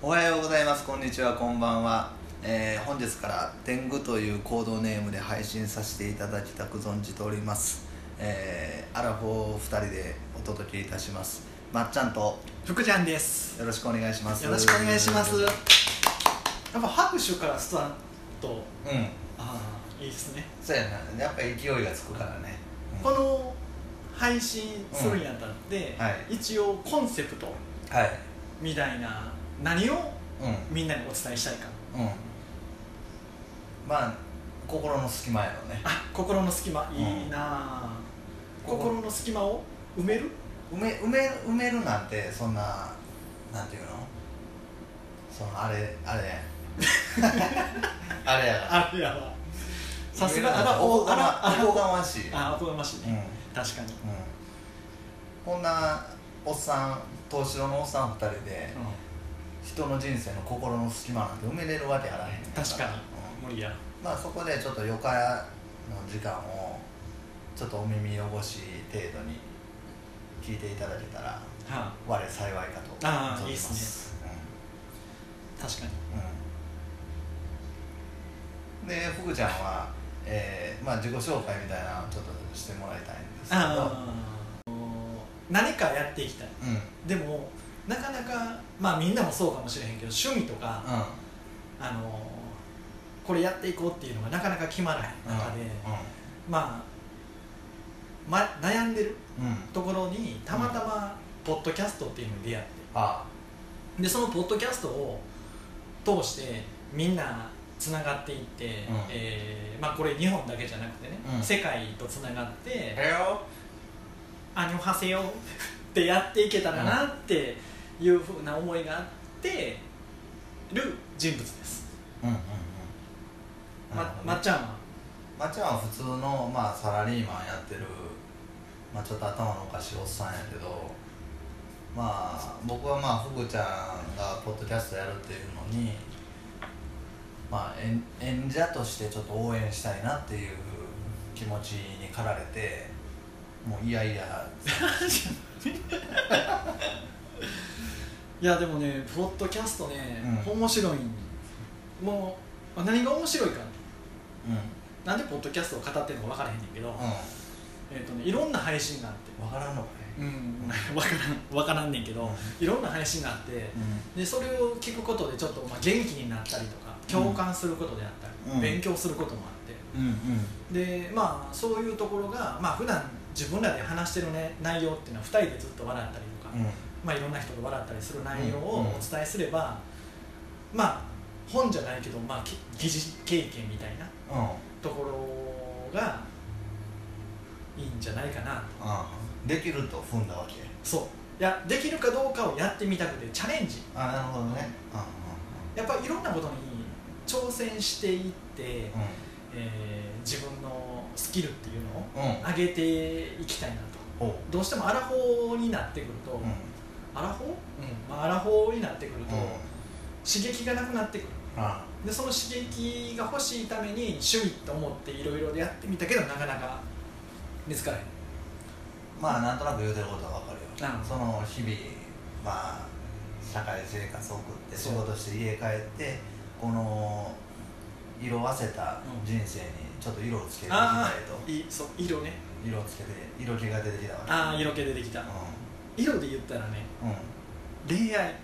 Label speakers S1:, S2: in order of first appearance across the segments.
S1: おはようございますこんにちはこんばんは、えー本日から天狗というコードネームで配信させていただきたく存じております、えーアラフォー2人でお届けいたしますまっちゃんと
S2: 福ちゃんです
S1: よろしくお願いします
S2: よろしくお願いします
S1: うん
S2: やっぱ拍手からスタート
S1: あ
S2: いいですね、
S1: そうやなやっぱ勢いがつくからね、うん
S2: この配信するにあたって、
S1: うんはい
S2: 一応コンセプト
S1: はい
S2: みたいな何を
S1: う
S2: みんなにお伝えしたいか
S1: んうんまあ心の隙間やろね
S2: あ心の隙間
S1: ん
S2: いいなあ、
S1: 心
S2: 心の隙間を埋める
S1: 埋め埋め埋めるなんてそんななんていうのそのあれあれあれやから
S2: あれやわさすが
S1: あ
S2: あら
S1: お
S2: お
S1: あ
S2: あ
S1: ら
S2: ら
S1: あ
S2: あ
S1: ら
S2: ら
S1: おこがましい
S2: あおこがましい
S1: うんう
S2: ね、
S1: ん
S2: 確かに、
S1: こんなおっさん東城のおっさん二人で人の人生の心の隙間なんて埋めれるわけあらへんやん
S2: 確かに
S1: うん
S2: 無理や
S1: まあそこでちょっと余暇の時間をちょっとお耳汚し程度に聞いていただけたら
S2: は
S1: 我幸いかと
S2: あ
S1: 存
S2: ー
S1: じま
S2: いいっすあ、確かに
S1: うんうん、で福ちゃんは、えーまあ、自己紹介みたいなのをちょっとしてもらいたいんですけど
S2: ああ何かやっていきたい
S1: うんうん
S2: でもなかなかまあみんなもそうかもしれへんけど趣味とか、あのーこれやっていこうっていうのがなかなか決まらない中で、まあ、ま、悩んでる
S1: うんうん
S2: ところにたまたまポッドキャストっていうのに出会っ
S1: あ
S2: てでそのポッドキャストを通してみんなつながっていって、えーまあ、これ日本だけじゃなくてね、
S1: うん
S2: 世界とつながって
S1: へよ
S2: アニョハセヨってやっていけたらなっていうふうな思いがあってる人物です、
S1: うんうんうんなる
S2: ま
S1: ほど
S2: まっちゃんは
S1: まっちゃんは普通の、まあ、サラリーマンやってる、まあ、ちょっと頭のおかしいおっさんやけどまあ僕はまあふぐちゃんがポッドキャストやるっていうのにまあ演演者としてちょっと応援したいなっていう気持ちに駆られてもういやいや
S2: いやでもねポッドキャストね、
S1: うん
S2: 面白いもう何が面白いか
S1: うん
S2: なんでポッドキャストを語ってるのか分からへんねんけど、
S1: う
S2: えーとね、いろんな配信があって
S1: ん分からんのか
S2: う
S1: ね
S2: ん 分からん分からんねんけど、いろんな配信があって、でそれを聞くことでちょっとまあ元気になったりとか共感することであったり、
S1: うん
S2: 勉強することもあって
S1: うんうん
S2: でまあそういうところがまあ普段自分らで話してる、ね、内容っていうのは2人でずっと笑ったりとか、
S1: うんうん
S2: まあ、いろんな人と笑ったりする内容
S1: うん
S2: をお伝えすれば、まあ本じゃないけど、まあ、き疑似経験みたいな
S1: うん
S2: ところがいいんじゃないかなと
S1: うんできると踏んだわけ
S2: そういやできるかどうかをやってみたくてチャレンジ
S1: あなるほどねうん
S2: やっぱりいろんなことに挑戦していって、
S1: うんうん
S2: えー自分のスキルっていうのを
S1: うん
S2: 上げていきたいなと
S1: おう
S2: どうしてもアラフォーになってくると、
S1: うん
S2: アラフォー、うんまあ、アラフォーになってくると、
S1: うん
S2: 刺激がなくなってくる
S1: あ
S2: でその刺激が欲しいために趣味と思っていろいろやってみたけどなかなか見つからへん
S1: まあなんとなく言うてることはわかるよ
S2: うん
S1: その日々まあ社会生活を送って仕
S2: そう
S1: 事して家帰ってこの色あせた
S2: うん
S1: 人生にちょっと色をつけていきたい
S2: あ
S1: と
S2: いそう色ね
S1: 色をつけて色気が出てきたわけ
S2: ああ色気出てきた色で言ったらね
S1: うん、うん、
S2: 恋愛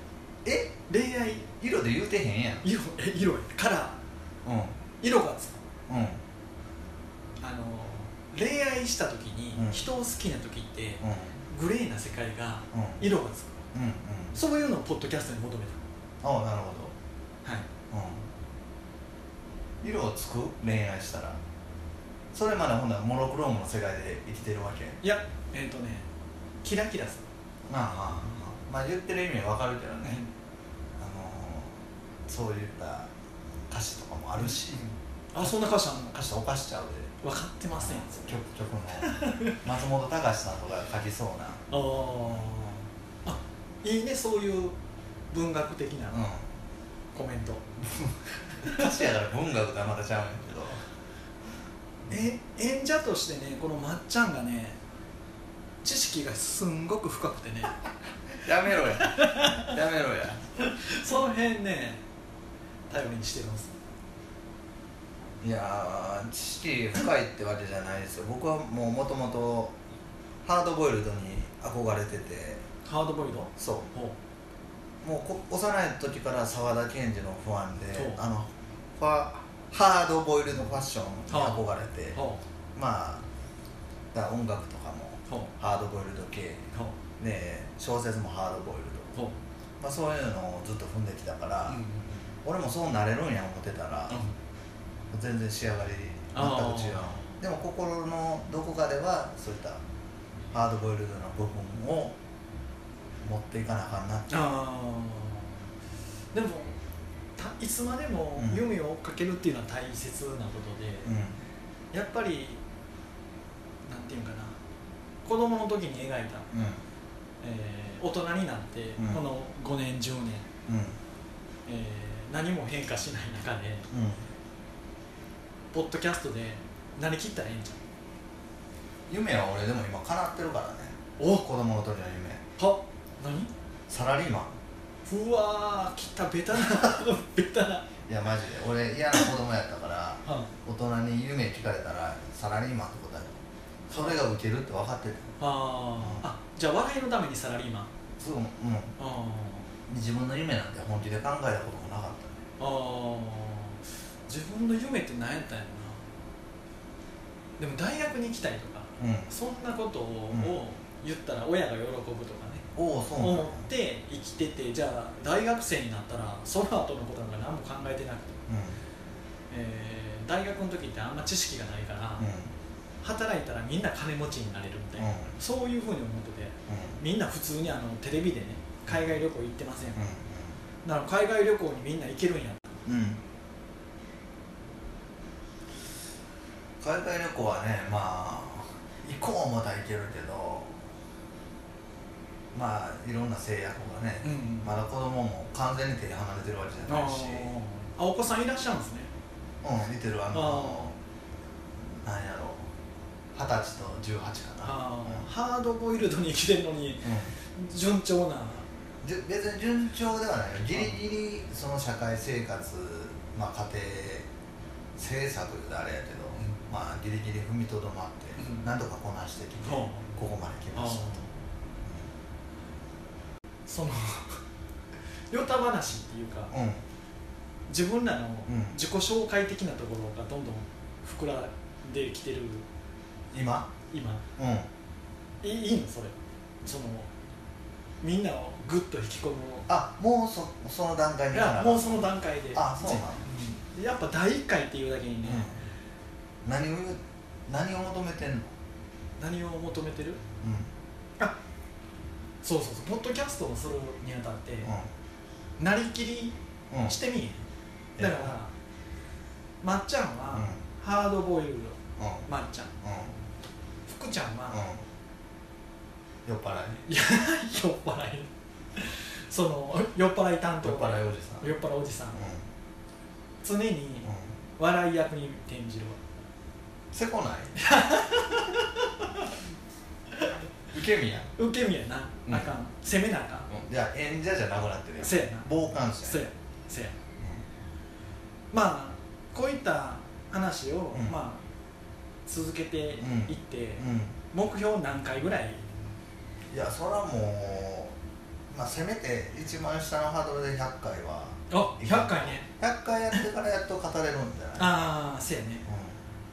S1: え
S2: 恋愛
S1: 色で言うてへんやん
S2: 色え色やカラー
S1: うん
S2: 色がつく
S1: うん
S2: あの恋愛した時に、
S1: うん
S2: 人を好きな時って
S1: うん
S2: グレーな世界が
S1: うん
S2: 色がつく
S1: うんうん
S2: そういうのをポッドキャストに求め
S1: ああなるほ
S2: たはい
S1: どうん色をつく恋愛したらそれまでほんならモノクロームの世界で生きてるわけ
S2: いやえっ、とねキラキラす
S1: まあまあまあまあ言ってる意味はわかるけど
S2: る
S1: ね、あのーそういった歌詞とかもあるし、
S2: あそんな歌詞あんの
S1: 歌詞と犯しちゃうで
S2: 分かってません
S1: 曲曲も松本隆さんとかが書きそうな、
S2: あーあいいねそういう文学的な
S1: う
S2: コメント、
S1: ん、歌詞やから文学とはまたちゃうんやけど
S2: え演者としてねこのまっちゃんがね知 識がすんごく深くてね
S1: やめろややめろや
S2: その辺ね頼りにしてるんです
S1: いやー知識深いってわけじゃないですよ僕はもうもともとハードボイルドに憧れてて
S2: ハードボイルド
S1: そう
S2: ほう
S1: もうこ幼い時から沢田研二のファンで
S2: ほう
S1: あのファハードボイルドファッションに憧れて
S2: ほ
S1: まあだから音楽とかも
S2: うほう
S1: ハードボイルド系
S2: ほう
S1: ね小説もハードボイルド、
S2: ほう
S1: まあ、そういうのをずっと踏んできたから、
S2: うんうん
S1: 俺もそうなれるんや思ってたら、全然仕上がり全く違う
S2: あ
S1: でも心のどこかではそういったハードボイルドな部分を持っていかなあかんなって
S2: あーでもたいつまでも
S1: うん
S2: 夢を追っかけるっていうのは大切なことで、
S1: うん
S2: やっぱりなんていうんかな子供の時に描いた、
S1: う
S2: えー大人になって、
S1: うん
S2: この5年10
S1: ん
S2: 年、
S1: うん
S2: えー何も変化しない中でポッドキャストでなりきったらええんちゃ
S1: 夢は俺でも今叶ってるからね
S2: うお
S1: 子供の時の夢
S2: は何
S1: サラリーマン
S2: うわー切ったベタな ベタな、
S1: いやマジで俺嫌な子供やったから
S2: はん
S1: 大人に夢聞かれたらサラリーマンって答えるそれがウケるって分かってた
S2: あーあじゃあ笑いのためにサラリーマン
S1: そううん
S2: あ
S1: 自分の夢なんて本気で考えたこともなかったね
S2: ーあー自分の夢って何やったんやろなでも大学に行きたいとか
S1: うん
S2: そんなことを
S1: うん
S2: を言ったら親が喜ぶとかね
S1: おおそうなん
S2: 思
S1: だ
S2: って生きててじゃあ大学生になったらその後のことなんか何も考えてなくて、えー大学の時ってあんま知識がないから
S1: うんうん
S2: 働いたらみんな金持ちになれるみたいな
S1: うん
S2: そういうふうに思っててみんな普通にあのテレビでね海外旅行行ってませんだから海外旅行にみんな行けるんや
S1: うんうんうん海外旅行はねまあ行こう思ったら行けるけどまあいろんな制約がね、
S2: ん
S1: まだ子供も完全に手離れてるわけじゃないし
S2: あお子さんいらっしゃるんですね
S1: うん見てるあのなんやろ二十歳と十八かな
S2: あーハードボイルドに生きてるのに
S1: うん、うん
S2: 順調な
S1: じゅ別に順調ではないギリギリその社会生活、まあ、家庭政策であれやけど、
S2: う
S1: まあギリギリ踏みとどまって、
S2: うん
S1: なんとかこなしてきて、
S2: うん
S1: ここまで来ましたと、
S2: その ヨタ話っていうか
S1: うんうん
S2: 自分らの
S1: うん
S2: 自己紹介的なところがどんどん膨らんできてる
S1: 今
S2: 今
S1: うん
S2: いいいのそれそのみんなをグッと引き込む
S1: あもうそその段階
S2: い
S1: に
S2: や
S1: ら
S2: もうその段階で
S1: あそうなん
S2: うんやっぱ第一回っていうだけにね、
S1: うん、何を言う何を求めてんの、
S2: 何を求めてる
S1: う
S2: そうそうそうポッドキャストをするにあたって、
S1: んう
S2: なりきり
S1: んうん
S2: してみい
S1: え
S2: だからまっちゃんは、ハードボイル
S1: う
S2: ド
S1: んうん
S2: まっちゃん
S1: う
S2: 福ちゃんは、
S1: んうん酔っ払い
S2: いや酔っ払いその酔っ払い担当
S1: 酔っ払いおじさん
S2: 酔っ払いおじさん
S1: う
S2: 常に
S1: んうん
S2: 笑い役に転じる
S1: せこない受け身やん
S2: わ受け身やな、
S1: うん
S2: あかん攻めなあかん
S1: じゃあ演者じゃなくなってるやん
S2: せやな
S1: 傍観者
S2: せ
S1: や
S2: やせやまあこういった話を、
S1: うん
S2: まあ続けていって、
S1: うん、うん
S2: 目標何回ぐらい
S1: いやそれはもう、まあ、せめて一番下のハードルで100回は
S2: あ100回ね
S1: 100回やってからやっと語れるんじゃない
S2: ああせやね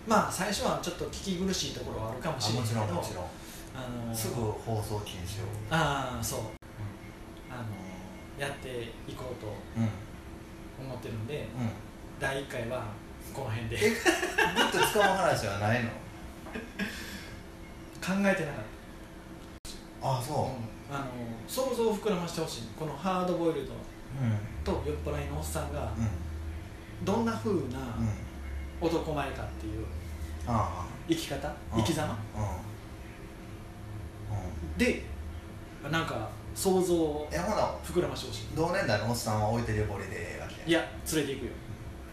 S2: まあ最初はちょっと聞き苦しいところはあるかもし
S1: うん、
S2: れ
S1: あ
S2: な
S1: も
S2: いけ
S1: ち
S2: ど
S1: ろんもちろん
S2: あのー
S1: すぐ放送禁止を
S2: ああそう、あのーやっていこうと
S1: うんうん
S2: 思ってるんで第1回はこの辺で考
S1: えグッと掴む話はないの
S2: えてなかっ
S1: あ
S2: た、
S1: そ
S2: あのー想像を膨らましてほしいこのハードボイル
S1: う
S2: ド
S1: うん
S2: と酔っ払いのおっさんが
S1: うん
S2: どんな風
S1: う
S2: な
S1: ん
S2: 男前かっていう
S1: あ
S2: 生き方、
S1: あ
S2: 生き様
S1: うんうん
S2: でなんか想像を
S1: えほな
S2: 膨らましてほし
S1: 同年代のおっさんは置いてりぼりでええわ
S2: い
S1: け
S2: い
S1: や
S2: や連れていくよ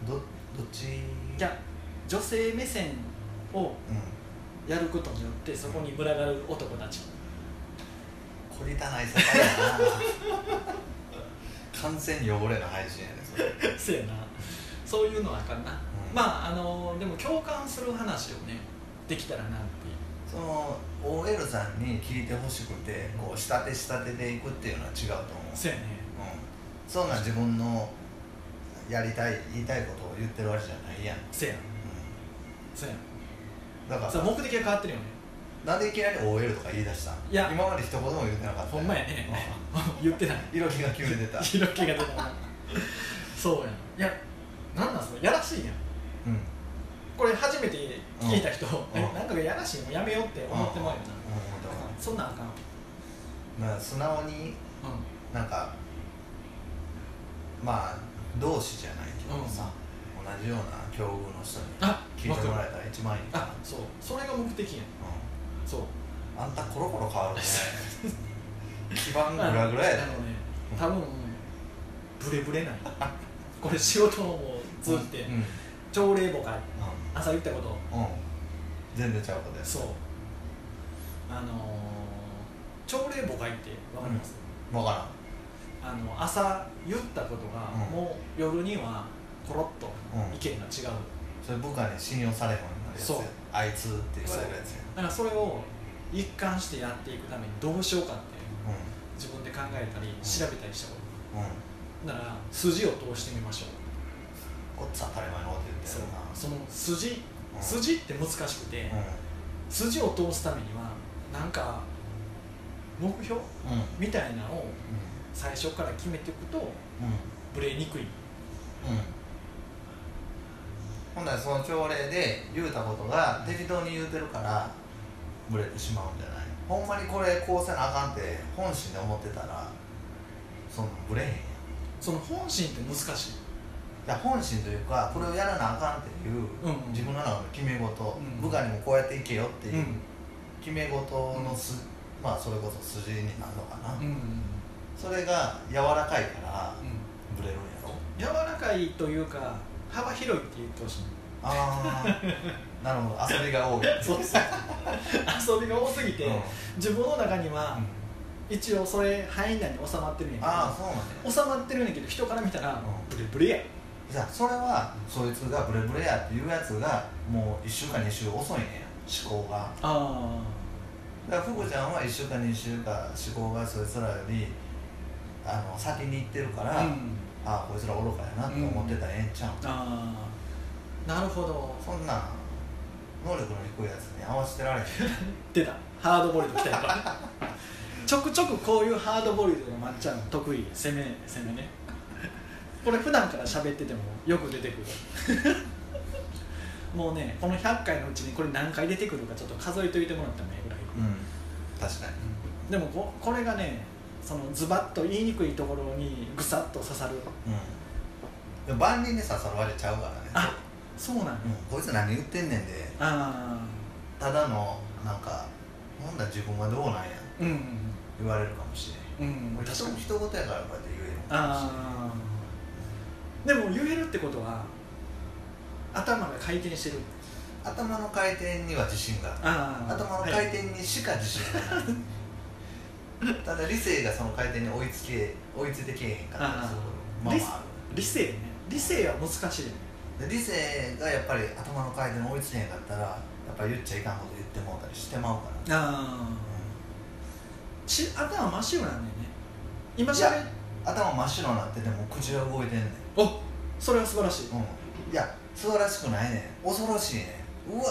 S1: どどっち
S2: いや女性目線を
S1: うん
S2: やることによってそこに群が る男たち
S1: こりたない世界やな完全に汚れの配信やねそれ、うん、
S2: そうやなそういうのはあかんな、
S1: うん
S2: まああのでも共感する話をねできたらなっていう
S1: その OL さんに聞いてほしくてこう仕立て仕立てでいくっていうのは違うと思う、うん、
S2: そうやね
S1: そんな自分のやりたい言いたいことを言ってるわけじゃないやん、
S2: そうや
S1: う
S2: そうや
S1: ん、だから
S2: そう目的が変わってるよね
S1: なんでいきなり OL とか言い出したん
S2: いや
S1: 今まで一言も言ってなかった
S2: ほんまやね 言ってない
S1: うん色気が決めてた
S2: 色気が出たなそうやんいやなんなんそれやらしいやん
S1: うん
S2: これ初めて聞いた人、
S1: ん
S2: えなんかやらしいもうやめようって思ってもらうよな、
S1: うん思ったわ
S2: そんなんあかん、うん、
S1: まあ素直になんかまあ同志じゃないけどさ、同じような境遇の人に
S2: あ
S1: 聞いてもらえたら一番いいかな
S2: あそうそれが目的やん
S1: う、
S2: そうん
S1: あんたコロコロ変 わるね基盤グラグラやで
S2: あのね多分ブレブレないこれ仕事をもう通じて、
S1: うんうん
S2: 朝礼母会朝言ったこと
S1: うん、うん全然ちゃうことや
S2: そうあのー、朝礼母会ってわかります、
S1: 分か
S2: あの朝言ったことが、
S1: うん
S2: もう夜にはコロッと
S1: うん
S2: 意見が違う、
S1: らんそれ部下に信用されへんようになるやつや
S2: そう
S1: あいつって言われるやつや
S2: だからそれを一貫してやっていくためにどうしようかって
S1: うん
S2: 自分で考えたり調べたりしたこ
S1: うん
S2: となら筋を通してみましょう
S1: こっち当たり前のこと言って
S2: そ
S1: る
S2: う
S1: な
S2: その筋
S1: うん
S2: 筋って難しくて、筋を通すためにはなんか目標
S1: うんうん
S2: みたいなのを最初から決めていくと
S1: うんうん
S2: ブレにくい
S1: うんほんならその朝礼で言うたことが適当に言うてるからブレてしまうんじゃないほんまにこれこうせなあかんって本心で思ってたらそんなんブレへんやんい
S2: その本心って難しい
S1: や本心というかこれをやらなあかんっていう、
S2: うんうん
S1: 自分の中の決め事、
S2: ん
S1: 部下にもこうやっていけよっていううん決め事のす、まあそれこそ筋になるのかな、
S2: うんうん
S1: それが柔らかいから
S2: うん
S1: ブレるんやろ
S2: 柔らかいというか幅広いって言ってほしい
S1: あ あなるほど遊びが多い
S2: そう
S1: です
S2: 遊びが多すぎて、自分の中には一応それ範囲内に収まってるんやけど
S1: ああそうなんだよ
S2: 収まってるんやけど人から見たら
S1: うん
S2: ブレブレや
S1: じゃあそれはそいつがブレブレやっていうやつがもう1週間2週遅いねんや思考が
S2: あ
S1: だから福ちゃんは1週間2週間思考がそいつらよりあの先に行ってるから、
S2: あ、
S1: ああこいつら愚かやなって思ってたらええんちゃう、
S2: ああなるほど
S1: そんなん能力の低いやつに合わせてられへん
S2: 出たハードボイルド来たよ ちょくちょくこういうハードボイルドのまっちゃんの得意攻め攻めねこれ普段から喋っててもよく出てくる もうねこの100回のうちにこれ何回出てくるかちょっと数えといてもらったらねぐらい、
S1: うん確かに
S2: でもここれがねそのズバッと言いにくいところにぐさっと刺さる
S1: うんでも万人に刺さるわけちゃうからね
S2: あそうなんや、
S1: うん、こいつ何言ってんねんで
S2: あ
S1: ただのなんかなんだ自分はどうなんや
S2: あうん
S1: 言われるかもしれん
S2: うん
S1: 俺人人事やからこうやって言えるのかもしれん
S2: ああでも言えるってことは頭が回転してる
S1: 頭の回転には自信がある
S2: あ
S1: 頭の回転にしか自信がない、ただ理性がその回転に追いつけ追いついてけえへんかったりするまあまあ
S2: 理性ね理性は難しいよね
S1: あるで理性がやっぱり頭の回転に追いつけへんかったらやっぱり言っちゃいかんこと言ってもうたりしてまうから、うん
S2: あし頭真っ白なんだよね今しゃべ
S1: いや頭真っ白になってても口が動いてんねん
S2: おそれは素晴らしい
S1: うん、いや素晴らしくないねん恐ろしいねんうわ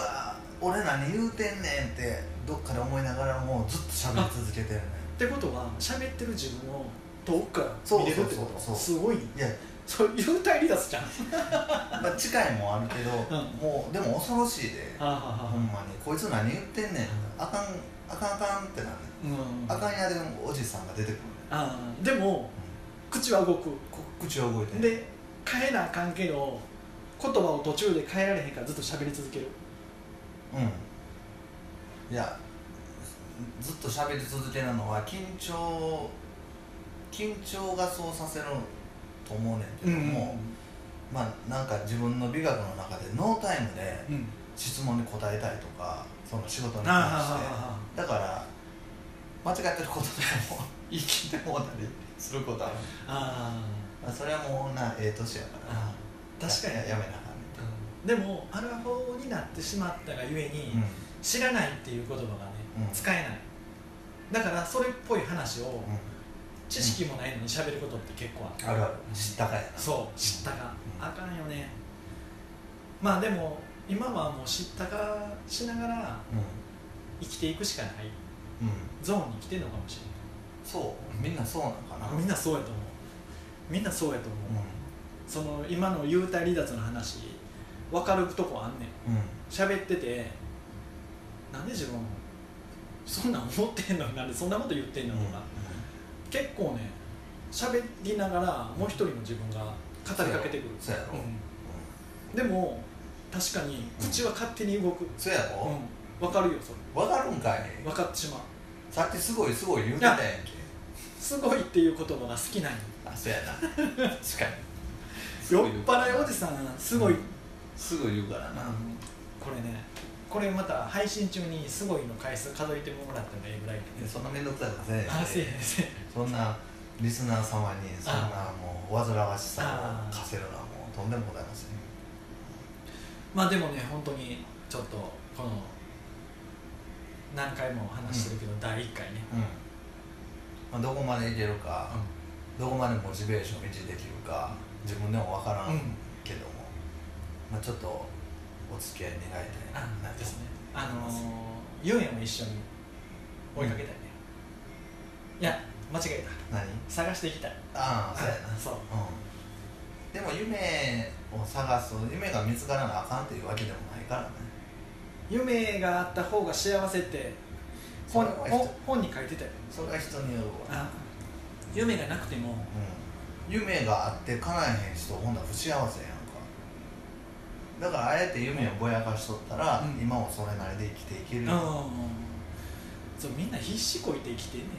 S1: ー俺何言うてんねんってどっかで思いながらもうずっと喋り続けてるね
S2: ってことは喋ってる自分を遠くから
S1: そう
S2: 見れるってこ
S1: そう
S2: と
S1: そうそう
S2: すごい
S1: んいや、
S2: そう幽体離 脱じゃん
S1: まあ、近いもんあるけど、
S2: うん
S1: もうでも恐ろしいでほんまにこいつ何言ってんねんあかんあかんあかんってなんねん
S2: うん
S1: あかんやでもおじさんが出てくるね
S2: あーでも口は動く
S1: んこ口は動いてんねん
S2: で変えなあかんけど言葉を途中で変えられへんからずっと喋り続ける
S1: うんいやずっと喋り続けなのは緊張緊張がそうさせると思うねんけども、まあなんか自分の美学の中でノータイムで
S2: うん
S1: 質問に答えたりとかその仕事に
S2: ああ
S1: 関し
S2: あ
S1: て
S2: ああ
S1: だから 間違ってることでも言い切ってもうたりすることある
S2: ああ
S1: それはもうなええ年やからな
S2: 確かに
S1: ややめなあかんねんて
S2: でもアルファ4になってしまったがゆえに、
S1: うん
S2: 知らないっていう言葉がね、
S1: うん
S2: 使えないだからそれっぽい話を
S1: うん
S2: 知識もないのに喋ることって結構ある
S1: あるある知ったかやな
S2: そう知ったか、
S1: うん
S2: あかんよねまあでも今はもう知ったかしながら
S1: う
S2: 生きていくしかない
S1: んうん
S2: ゾーンに生きてるのかもし
S1: そうみんなそうなのか
S2: れ
S1: な
S2: ないみんなそうやと思うみんなそうやと思う、その今の幽体離脱の話分かるとこあんね
S1: う
S2: ん
S1: んうん
S2: 喋っててなんで自分そんなん思ってんのになんでそんなこと言ってんのとか、結構ね喋りながらもう一人の自分が語りかけてくる
S1: そうやろ
S2: うんでも確かに口は勝手に動く、
S1: そうや
S2: う
S1: ろ
S2: ん、分かるよそれ
S1: 分かるんかい
S2: 分かってしまう
S1: さっきすごいすごい言うてたやんけ
S2: すごいっていう言葉が好きなんよ
S1: あそうやな確かに
S2: 酔っ払いおじさんすごい、
S1: うんすぐ言うからな
S2: これねこれまた配信中にすごいの回数数えてもらってもええぐらい
S1: いやそんな面倒くさいことせえへんで
S2: あせえへんせえへん
S1: そんなリスナー様にそんなもう煩わしさ
S2: あ
S1: を課せるのはもうとんでもございません
S2: まあでもね本当にちょっとこの何回も話してるけど、第1回ね、
S1: うんまあ、どこまでいけるか、
S2: う
S1: どこまでモチベーション維持できるか自分でも分から
S2: うんん
S1: けども、まあ、ちょっとお付き合い願いたいな
S2: あ
S1: と
S2: ですねあのー、ゆうやも一緒に追いかけたいね、いや間違えた
S1: 何
S2: 探していきたい
S1: ああそうやな
S2: そう
S1: うんでも夢を探す夢が見つからなあかんというわけでもないからね
S2: 夢があった方が幸せって本
S1: それは
S2: 本本に書いてたよ
S1: それは人によるわ、
S2: あ夢がなくても
S1: うん、夢があって叶えへん人ほんなら不幸せやんかだからあえて夢をぼやかしとったら、
S2: うん
S1: 今もそれなりで生きていけ
S2: う
S1: る
S2: ん
S1: よ、
S2: そうみんな必死こいて生きてんねんね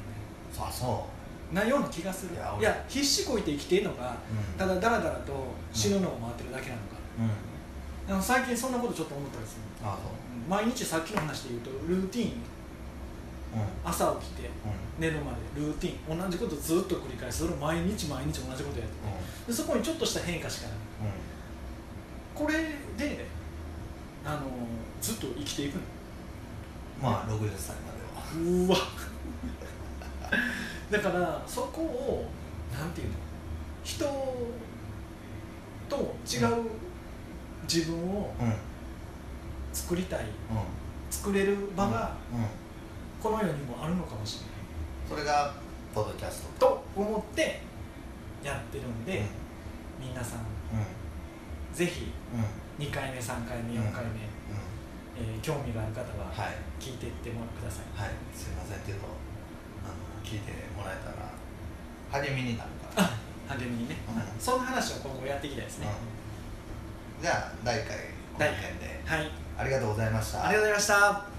S1: さあそ
S2: なような気がする
S1: いや俺
S2: 必死こいて生きてんの
S1: う、
S2: が
S1: うん、
S2: ただだらだらと死ぬのを待ってるだけなのか、
S1: うん
S2: でも最近そんなことちょっと思ったりする
S1: ああそう
S2: 毎日さっきの話で言うとルーティン
S1: うん
S2: 朝起きて
S1: う
S2: 寝るまでルーティン同じことずっと繰り返すそれを毎日毎日同じことやって
S1: んうん
S2: でそこにちょっとした変化しかない
S1: うん
S2: これであのずっと生きていくの
S1: まあ60歳までは
S2: うわだからそこをなんていうの人と違う自分を
S1: うん
S2: 作りたい
S1: うん
S2: 作れる場が
S1: うん
S2: この世にもあるのかもしれない
S1: それがポッドキャスト
S2: と思ってやってるんで、皆さん
S1: うん
S2: ぜひ
S1: うんうん
S2: 2回目3回目4回目、
S1: うん
S2: えー興味がある方は
S1: はい
S2: 聞いていってもらってください
S1: はいすいませんけどあの聞いてもらえたら励みになるから
S2: あ励みにね、
S1: うん
S2: そんな話を今後やっていきたいですね、
S1: うんじゃあ第1回この
S2: 第一
S1: 辺で
S2: はい
S1: ありがとうございました
S2: ありがとうございました